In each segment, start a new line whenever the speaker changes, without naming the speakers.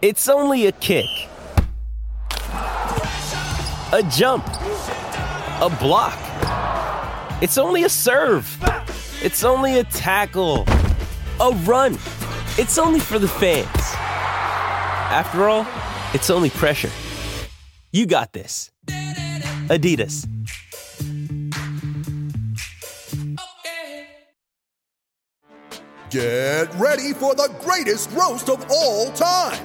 It's only a kick, a jump, a block. It's only a serve. It's only a tackle, a run. It's only for the fans. After all, it's only pressure. You got this. Adidas.
Get ready for the greatest roast of all time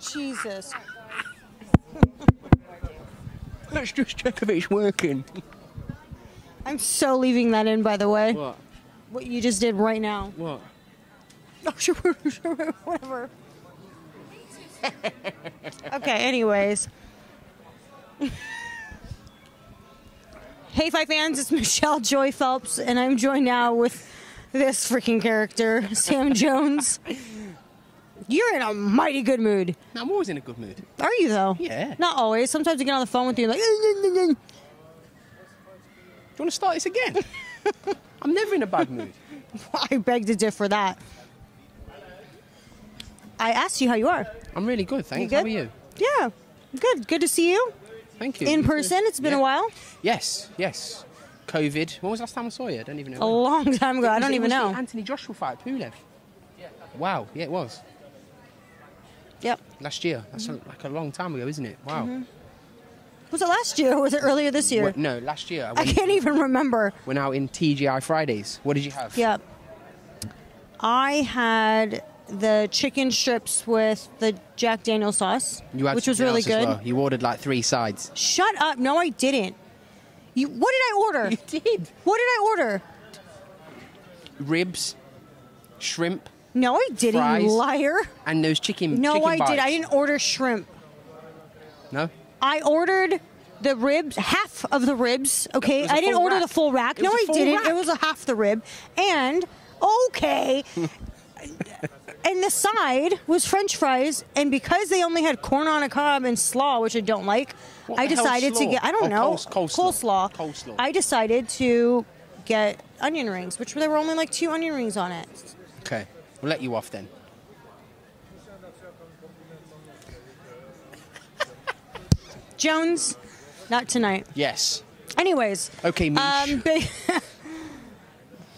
Jesus.
Let's just check if it's working.
I'm so leaving that in, by the way. What? you just did right now. Oh,
What?
Whatever. okay, anyways. hey, Fight fans, it's Michelle Joy Phelps, and I'm joined now with this freaking character, Sam Jones. You're in a mighty good mood.
I'm always in a good mood.
Are you, though?
Yeah.
Not always. Sometimes I get on the phone with you and like,
Do you want to start this again? I'm never in a bad mood.
I beg to differ that. I asked you how you are.
I'm really good, thanks.
good?
How are you?
Yeah, good. Good to see you
Thank you.
in person. It's been
Yeah.
a while,
Yes, yes. COVID. When was the last time I saw you? I don't even know.
a
when.
long time ago. I
Was
don't
it-
even
was it
know.
Anthony Joshua fight at Pulev. Wow, yeah, it was.
Yep.
Last year. That's
Mm-hmm.
a, like a long time ago, isn't it? Wow.
Was it last year or was it earlier this Mm-hmm. year?
Wh- no, last year I
I
went,
can't even remember.
went out in TGI Fridays. What did you have?
Yep. I had the chicken strips with the Jack Daniel sauce,
You had
which was
something
really
else as
good.
well. You ordered like three sides.
Shut up! No, I didn't. You. What did I order?
did.
What did I order?
Ribs, shrimp,
No, I didn't.
Fries.
You liar.
and those chicken.
No,
chicken
I did.
bites.
I didn't order shrimp.
No.
I ordered the ribs, half of the ribs. Okay,
was a
I didn't
full
order
rack.
the full rack.
It
no,
was a
I
full
didn't.
rack.
It was a half the rib, and okay. and the side was French fries, and because they only had corn on a cob and slaw, which I don't like,
What
I
the hell's
decided to
slaw?
get. I don't
Oh,
know
cole-
Coleslaw.
coleslaw. Coleslaw.
I decided to get onion rings, which there were only like two onion rings on it.
Okay, we'll let you off then.
Jones, not tonight.
Yes.
Anyways.
Okay, Mish.
Um, big,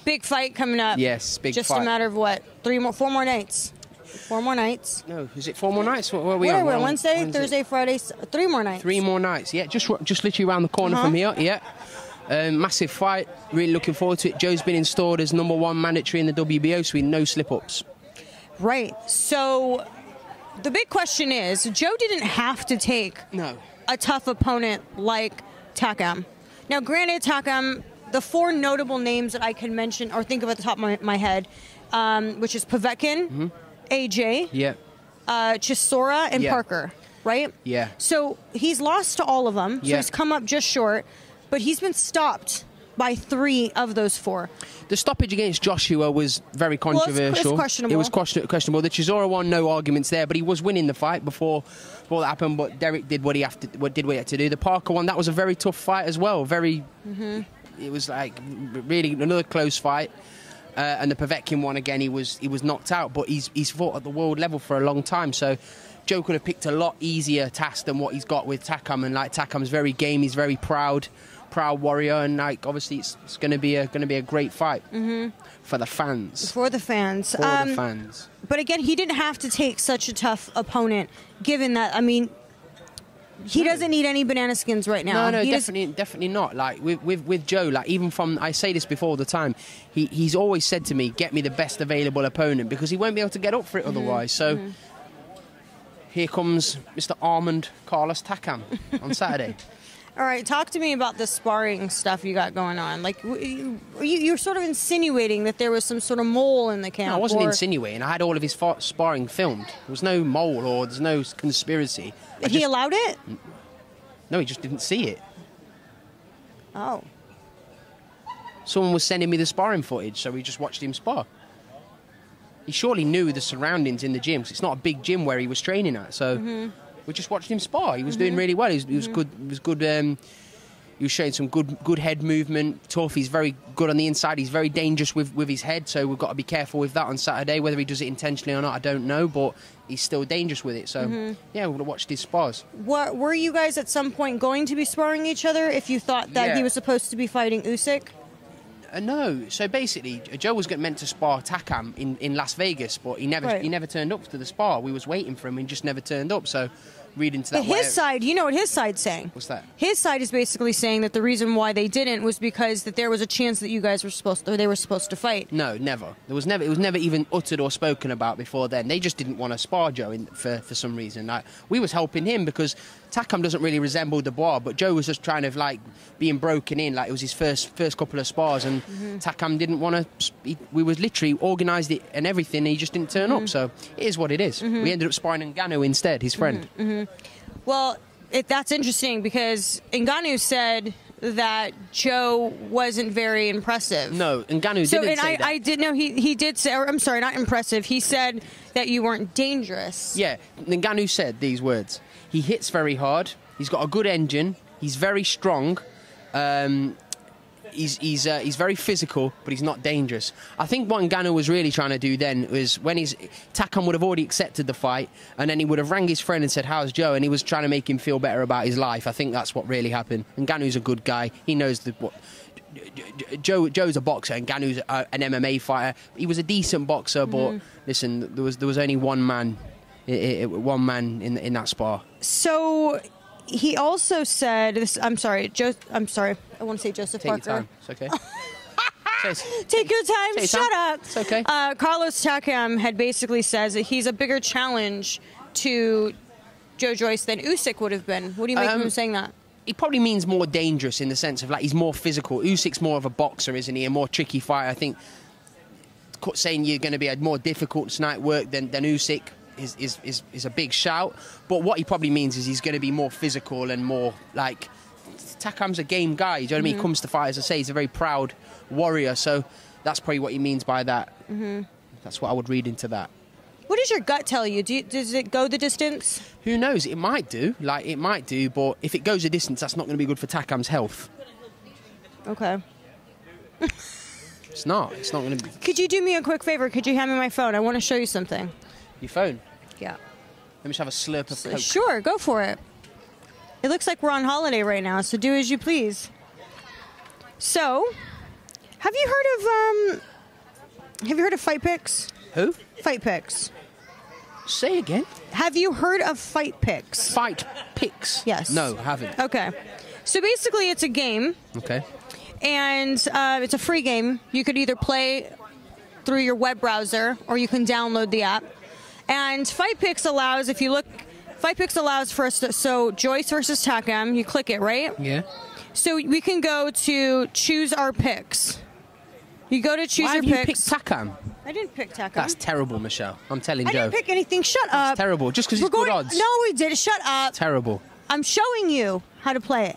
big fight coming up.
Yes, big
Just a
fight.
matter of what? Three more, four more nights. Four more nights.
no, is it four more nights? What, where are we
What
on?
are we
We're
on?
on
Wednesday, Thursday, Friday, s- three more nights.
Three more nights. Yeah, just ro- just literally around the corner from
Uh-huh.
here. Yeah. Um, massive fight. Really looking forward to it. Joe's been installed as number one mandatory in the WBO, so we no slip ups.
Right. So the big question is Joe didn't have to take
No.
a tough opponent like Takam. Now, granted, Takam, the four notable names that I can mention or think of at the top of my, my head, um, which is Povetkin,
Mm-hmm.
AJ,
Yeah.
uh, Chisora and
Yeah.
Parker, right?
Yeah.
So he's lost to all of them. So
Yeah.
he's come up just short, but he's been stopped by three of those four.
The stoppage against Joshua was very
it's-
controversial.
it's questionable.
It was question- questionable. The Chisora one, no arguments there, but he was winning the fight before before that happened. But Derek did what he have to, what did what he had to do. The Parker one, that was a very tough fight as well. Very, it was like really another close fight. Uh, and the Povetkin one again, he was he was knocked out, but he's he's fought at the world level for a long time, so. Joe could have picked a lot easier task than what he's got with Takam, and like Takam's very game, he's very proud, proud warrior, and like obviously it's, it's going to be a going to be a great fight for the fans.
For the fans.
For
Um,
the fans.
But again, he didn't have to take such a tough opponent, given that, I mean, He doesn't need any banana skins right now.
No, no,
He just-
definitely, definitely not. Like with, with with Joe, like even from I say this before all the time, he he's always said to me, "Get me the best available opponent," because he won't be able to get up for it
Mm-hmm.
otherwise. So here comes Mr. Armand Carlos Takam on Saturday.
All right, talk to me about the sparring stuff you got going on. Like, w- you, you- you're sort of insinuating that there was some sort of mole in the camp.
No, I wasn't
or-
insinuating. I had all of his fa- sparring filmed. There was no mole or there's no conspiracy. I
He
just- Mm.
allowed it?
no, he just didn't see it.
Oh.
Someone was sending me the sparring footage, so we just watched him spar. He surely knew the surroundings in the gym 'cause it's not a big gym where he was training at. So we just watched him spar. He was doing really well. He was, he was good. He was good. Um, he was showing some good good head movement. Tough. He's very good on the inside. He's very dangerous with, with his head. So we've got to be careful with that on Saturday. Whether he does it intentionally or not, I don't know. But he's still dangerous with it. So yeah, we'll watch his spars.
What, were you guys at some point going to be sparring each other if you thought that
Yeah.
he was supposed to be fighting Usyk?
Uh, no. So basically, uh, Joe was get- meant to spar Takam in, in Las Vegas, but he never
Right.
he never turned up to the spar. We was waiting for him, and he just never turned up. So read into that.
But his
where-
side, you know what his side's saying.
What's that?
His side is basically saying that the reason why they didn't was because that there was a chance that you guys were supposed or they were supposed to fight.
No, never. There was never. It was never even uttered or spoken about before then. They just didn't want to spar Joe in, for for some reason. Like we was helping him because Takam doesn't really resemble Dubois, but Joe was just trying to like being broken in. Like it was his first first couple of spars, and
Mm-hmm.
Takam didn't want to. We was literally organised it and everything. And he just didn't turn
Mm-hmm.
up. So it is what it is. We ended up sparring Ngannou instead, his friend.
Mm-hmm. Well, it, that's interesting because Ngannou said that Joe wasn't very impressive.
No, Ngannou
So,
didn't
and
say
I,
that.
I did know he, he did say, or I'm sorry, not impressive. He said that you weren't dangerous.
Yeah, Ngannou said these words. He hits very hard. He's got a good engine. He's very strong. Um, he's he's uh, he's very physical, but he's not dangerous. I think what Ngannou was really trying to do then was when his Takam would have already accepted the fight, and then he would have rang his friend and said, "How's Joe?" and he was trying to make him feel better about his life. I think that's what really happened. Ngannou's a good guy. He knows the what. Joe Joe's a boxer and Ganu's a, an MMA fighter. He was a decent boxer, but listen, there was there was only one man, i i one man in in that spar.
So he also said, this, I'm sorry, Joe, I'm sorry, I want to say Joseph
Take
Parker.
your time. It's okay. Chase.
Take your time.
Take your
shut
time.
up.
It's okay.
Uh, Carlos Takam had basically says that he's a bigger challenge to Joe Joyce than Usyk would have been. What do you make
Um,
of him saying that?
he probably means more dangerous in the sense of like he's more physical. Usyk's more of a boxer, isn't he? A more tricky fighter. I think co- saying you're going to be a more difficult tonight work than, than Usyk is, is, is, is a big shout. But what he probably means is he's going to be more physical and more like. Takam's a game guy. Do you know what I mean? He comes to fight, as I say, he's a very proud warrior. So that's probably what he means by that. Mm-hmm. That's what I would read into that.
What does your gut tell you? Do you does it go the distance?
Who knows? It might do. Like, it might do. But if it goes a distance, that's not going to be good for Takam's health.
Okay.
It's not. It's not going to be.
Could you do me a quick favor? Could you hand me my phone? I want to show you something.
Your phone.
Yeah.
Let me just have a slurp of coke.
Sure, go for it. It looks like we're on holiday right now, so do as you please. So, have you heard of um have you heard of Fight Picks?
Who?
Fight Picks.
Say again.
Have you heard of Fight Picks?
Fight picks.
Yes. Oh.
No, haven't.
Okay. So basically it's a game
Okay.
and uh, it's a free game. You could either play through your web browser or you can download the app. And Fight Picks allows if you look Fight Picks allows for us to, so Joyce versus Takam, you click it, right?
Yeah.
So we can go to choose our picks. You go to choose
Why
your
have you
picks.
picked Takam?
I didn't pick Taka.
That's terrible, Michelle. I'm telling
I
Joe.
didn't pick anything. Shut up.
terrible. Just 'cause
We're
it's good
going-
odds.
No, we did. Shut up.
terrible.
I'm showing you how to play it.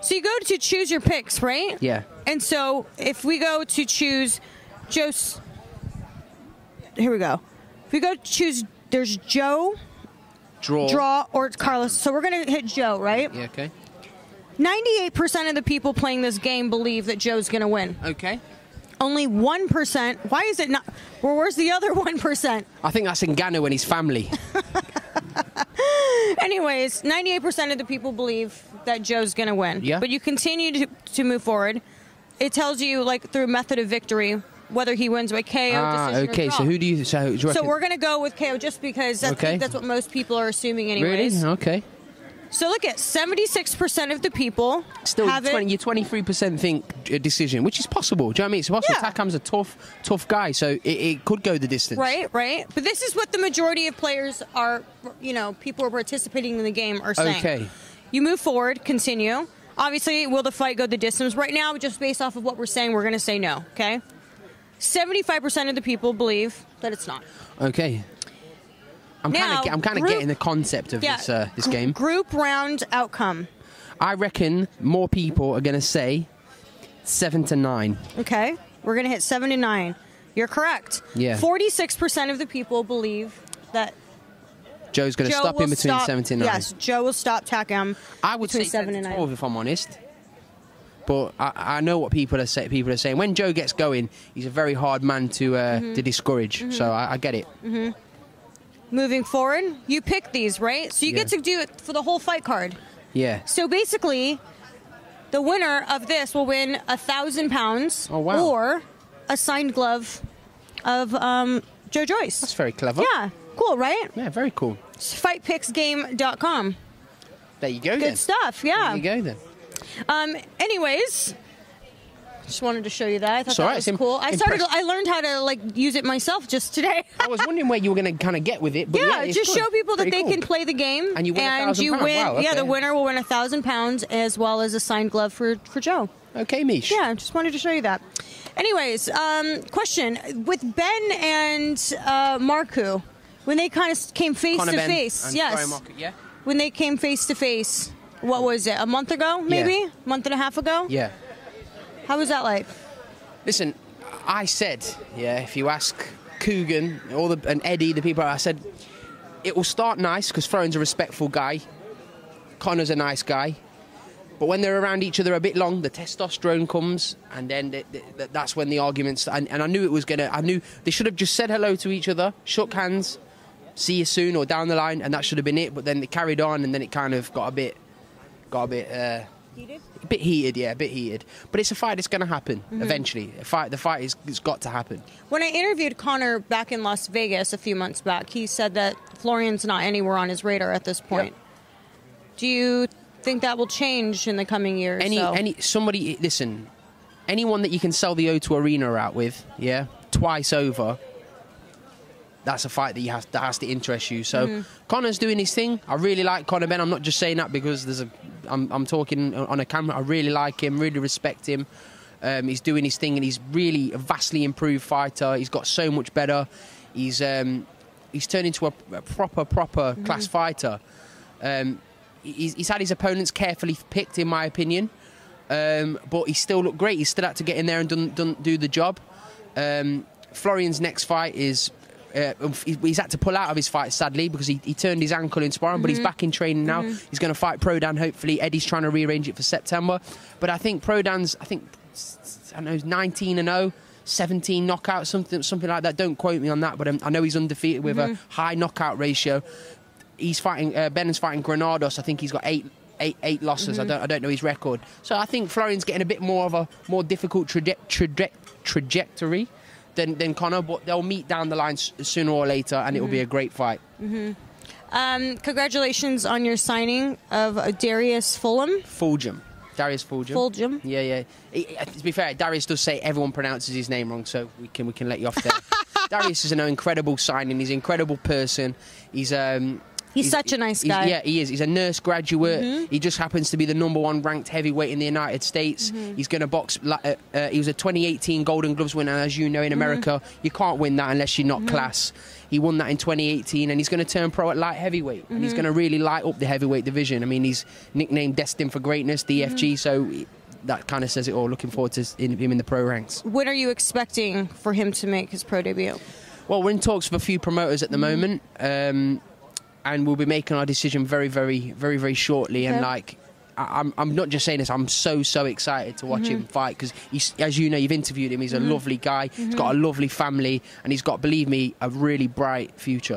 So you go to choose your picks, right?
Yeah.
And so if we go to choose Joe. Here we go. If we go to choose, there's Joe,
Draw.
Draw, or Carlos. So we're going to hit Joe, right?
Yeah. Okay.
98% of the people playing this game believe that Joe's going to win.
Okay.
only 1%. Why is it not? Well, where's the other 1%?
I think that's Ngannou and his family.
Anyways, 98% of the people believe that Joe's going to win.
Yeah.
But you continue to, to move forward. It tells you, like, through method of victory, whether he wins by KO,
ah.
decision, or
Okay. So
draw.
who do you? So, do you
So
reckon-
we're going to go with KO just because that's,
Okay.
that's what most people are assuming, anyways.
Really? Okay.
So look at 76% of the people
Still,
have
20,
it.
you 23% think a decision, which is possible. Do you know what I mean? It's possible.
Yeah.
Takam's a tough, tough guy, so it, it could go the distance.
Right, right. But this is what the majority of players are, you know, people who are participating in the game are saying.
Okay.
You move forward, continue. Obviously, will the fight go the distance? Right now, just based off of what we're saying, we're going to say no, okay? 75% of the people believe that it's not.
Okay. I'm kind
Now,
of, I'm kind of
group-
getting the concept of this, uh, this
gr-
game.
Group round outcome.
I reckon more people are going to say seven to nine.
Okay. We're going to hit 7 to 9. You're correct.
Yeah.
46% of the people believe that
Joe's going to
Joe
stop
will
in between
stop,
seven to nine.
Yes, Joe will stop Takam.
I would
between
say
seven
10
and
to
nine.
12 if I'm honest. But I, I know what people are say, people are saying. When Joe gets going, he's a very hard man to uh,
Mm-hmm.
to discourage. So I, I get it.
Moving forward, you pick these, right? So you get
Yeah.
to do it for the whole fight card.
Yeah.
So basically, the winner of this will win a thousand pounds
Oh, wow.
or a signed glove of um, Joe Joyce.
That's very clever.
Yeah, cool, right?
Yeah, very cool.
It's Fightpicksgame.com.
There you go then.
Good stuff. Yeah.
There you go then.
Um, anyways, just wanted to show you that. I thought
all
that
right.
was
It's im-
cool. I started.
impress-
I learned how to like use it myself just today.
I was wondering where you were going to kind of get with it. But yeah,
yeah,
it's
just
good.
show people that
Pretty
they
cool.
can play the game,
And you win a thousand
you
pound.
win.
Wow,
Yeah,
okay.
the winner will win a thousand pounds as well as a signed glove for for Joe.
Okay, Mish.
Yeah, just wanted to show you that. Anyways, um, question with Ben and uh, Marku when they kind of came face
Conor
to
Ben
face.
and
Yes,
Brian Marker, yeah.
when they came face to face, what was it? A month ago, maybe month and a half ago.
Yeah.
How was that like?
Listen, I said, yeah, if you ask Coogan all the, and Eddie, the people, I said, it will start nice because Throne's a respectful guy. Connor's a nice guy. But when they're around each other a bit long, the testosterone comes, and then th th th- that's when the arguments. And, and I knew it was gonna. I knew they should have just said hello to each other, shook hands, see you soon, or down the line, and that should have been it. But then it carried on, and then it kind of got a bit, got a bit. Uh, a bit heated, yeah, a bit heated. But it's a fight that's going to happen eventually. A fight, the fight is it's got to happen.
When I interviewed Connor back in Las Vegas a few months back, he said that Florian's not anywhere on his radar at this point. Do you think that will change in the coming years?
Any, any, somebody, listen, anyone that you can sell the O2 Arena out with, yeah, twice over, that's a fight that you have that has to interest you. So Connor's doing his thing. I really like Connor Ben. I'm not just saying that because there's a, I'm, I'm talking on a camera. I really like him. Really respect him. Um, he's doing his thing, and he's really a vastly improved fighter. He's got so much better. He's um, he's turned into a, a proper proper class fighter. Um, he's, he's had his opponents carefully picked, in my opinion. Um, but he still looked great. He still had to get in there and done, done, do the job. Um, Florian's next fight is. Uh, unf- he- he's had to pull out of his fight sadly because he, he turned his ankle in sparring, but he's back in training now. He's going to fight Prodan hopefully. Eddie's trying to rearrange it for September, but I think Prodan's I think I don't know he's 19 and 0, 17 knockouts, something something like that. Don't quote me on that, but um, I know he's undefeated with a high knockout ratio he's fighting uh, Ben is fighting Granados. I think he's got eight eight eight losses. I don't I don't know his record. So I think Florian's getting a bit more of a more difficult traje- traje- trajectory than than Connor, but they'll meet down the line s- sooner or later, and it will be a great fight.
um, congratulations on your signing of uh, Darius Fulham.
Fulgham. Darius Fulgham.
Fulgham.
Yeah, yeah. He- uh, to be fair, Darius does say everyone pronounces his name wrong, so we can we can let you off there. Darius is an incredible signing. He's an incredible person. He's um.
He's such a nice
he's-
guy. Mm-hmm.
yeah, he is. He's a nurse graduate. He just happens to be the number one ranked heavyweight in the United States.
Mm-hmm.
He's going to box. la- Uh, uh, he was a 2018 Golden Gloves winner, as you
Mm-hmm.
know, in America. You can't win that unless you're not class. He won that in 2018, and he's going to turn pro at light heavyweight, and
Mm-hmm.
he's going to really light up the heavyweight division. I mean, he's nicknamed Destined for Greatness,
Mm-hmm.
DFG. So that kind of says it all. Looking forward to s- in- him in the pro ranks.
When are you expecting for him to make his pro debut?
Well, we're in talks with a few promoters at the moment, um, and we'll be making our decision very, very, very, very shortly. And
Okay.
like, I- I'm, I'm not just saying this. I'm so, so excited to watch him fight because, as you know, you've interviewed him. He's a lovely guy. He's got a lovely family, and he's got, believe me, a really bright future.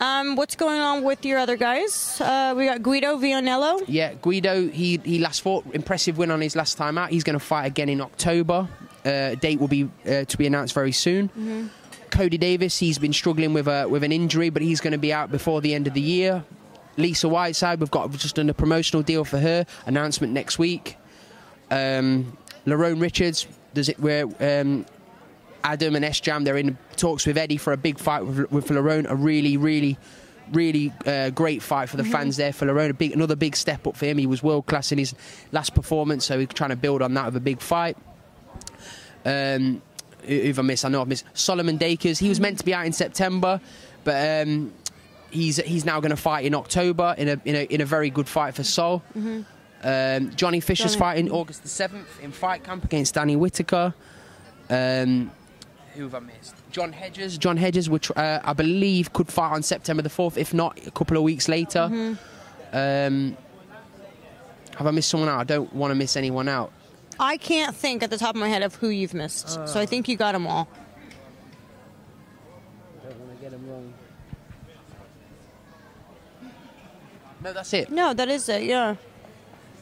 Um, what's going on with your other guys? Uh, we got Guido Vianello.
Yeah, Guido, he, he last fought, impressive win on his last time out. He's going to fight again in October. Uh, date will be uh, to be announced very soon. Cody Davis, he's been struggling with a, with an injury, but he's going to be out before the end of the year. Lisa Whiteside, we've got we've just done a promotional deal for her. Announcement next week. Um, Larone Richards, does it where um, Adam and S Jam they're in talks with Eddie for a big fight with, with Larone. A really, really, really uh, great fight for the fans there for Larone. A big, another big step up for him. He was world class in his last performance, so he's trying to build on that with a big fight. Um, who- who've I missed? I know I've missed Solomon Dakers. He was meant to be out in September, but um, he's he's now going to fight in October in a in a in a very good fight for Sol. Um, Johnny Fisher's
Johnny.
fighting August the seventh in fight camp against Danny Whitaker. Um, who have I missed? John Hedges. John Hedges, which uh, I believe could fight on September the fourth, if not a couple of weeks later. Um, have I missed someone out? I don't want to miss anyone out.
I can't think at the top of my head of who you've missed. so I think you got them all.
No, that's it.
No, that is it. Yeah.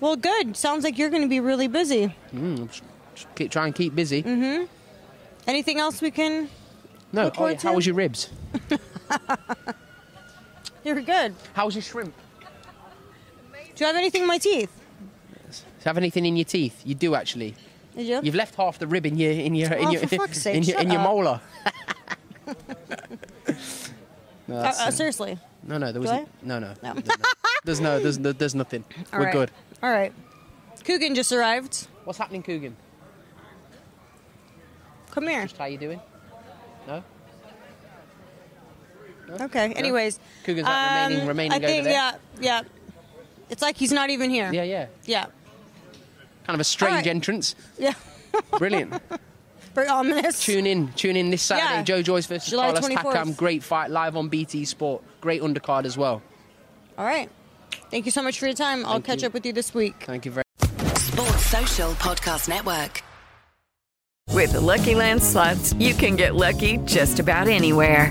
Well, good. Sounds like you're going to be really busy.
Hmm, Just keep, try and keep busy.
Anything else we can? Look
No, oh, yeah,
forward
how
to-
was your ribs?
You're good.
How was your shrimp?
Do you have anything in my teeth?
Do you have anything in your teeth? You do actually.
Did you?
You've left half the rib in your in your in
Oh,
your
for fuck's sake,
in your, in
shut
your
up.
molar. no,
uh,
that's,
uh,
uh,
seriously.
no, no, there was
Do
n- no, no,
No.
no, no. There's no, there's no, there's nothing.
All
We're
right.
good.
All right. Coogan just arrived.
What's happening, Coogan?
Come here.
Just how you doing? No.
Okay. Anyways,
Coogan's like remaining,
um,
remaining
I think
over there.
yeah, yeah. It's like he's not even here.
yeah, yeah.
Yeah.
Kind of a strange
right.
entrance.
Yeah.
Brilliant.
Very ominous.
Tune in, tune in this Saturday.
Yeah.
Joe Joyce versus
July
Carlos
24th.
Takam. Great fight live on BT Sport. Great undercard as well.
All right. Thank you so much for your time. I'll
Thank
catch
you.
up with you this week.
Thank you very.
Sports Social Podcast Network.
With the Lucky Land slots, you can get lucky just about anywhere.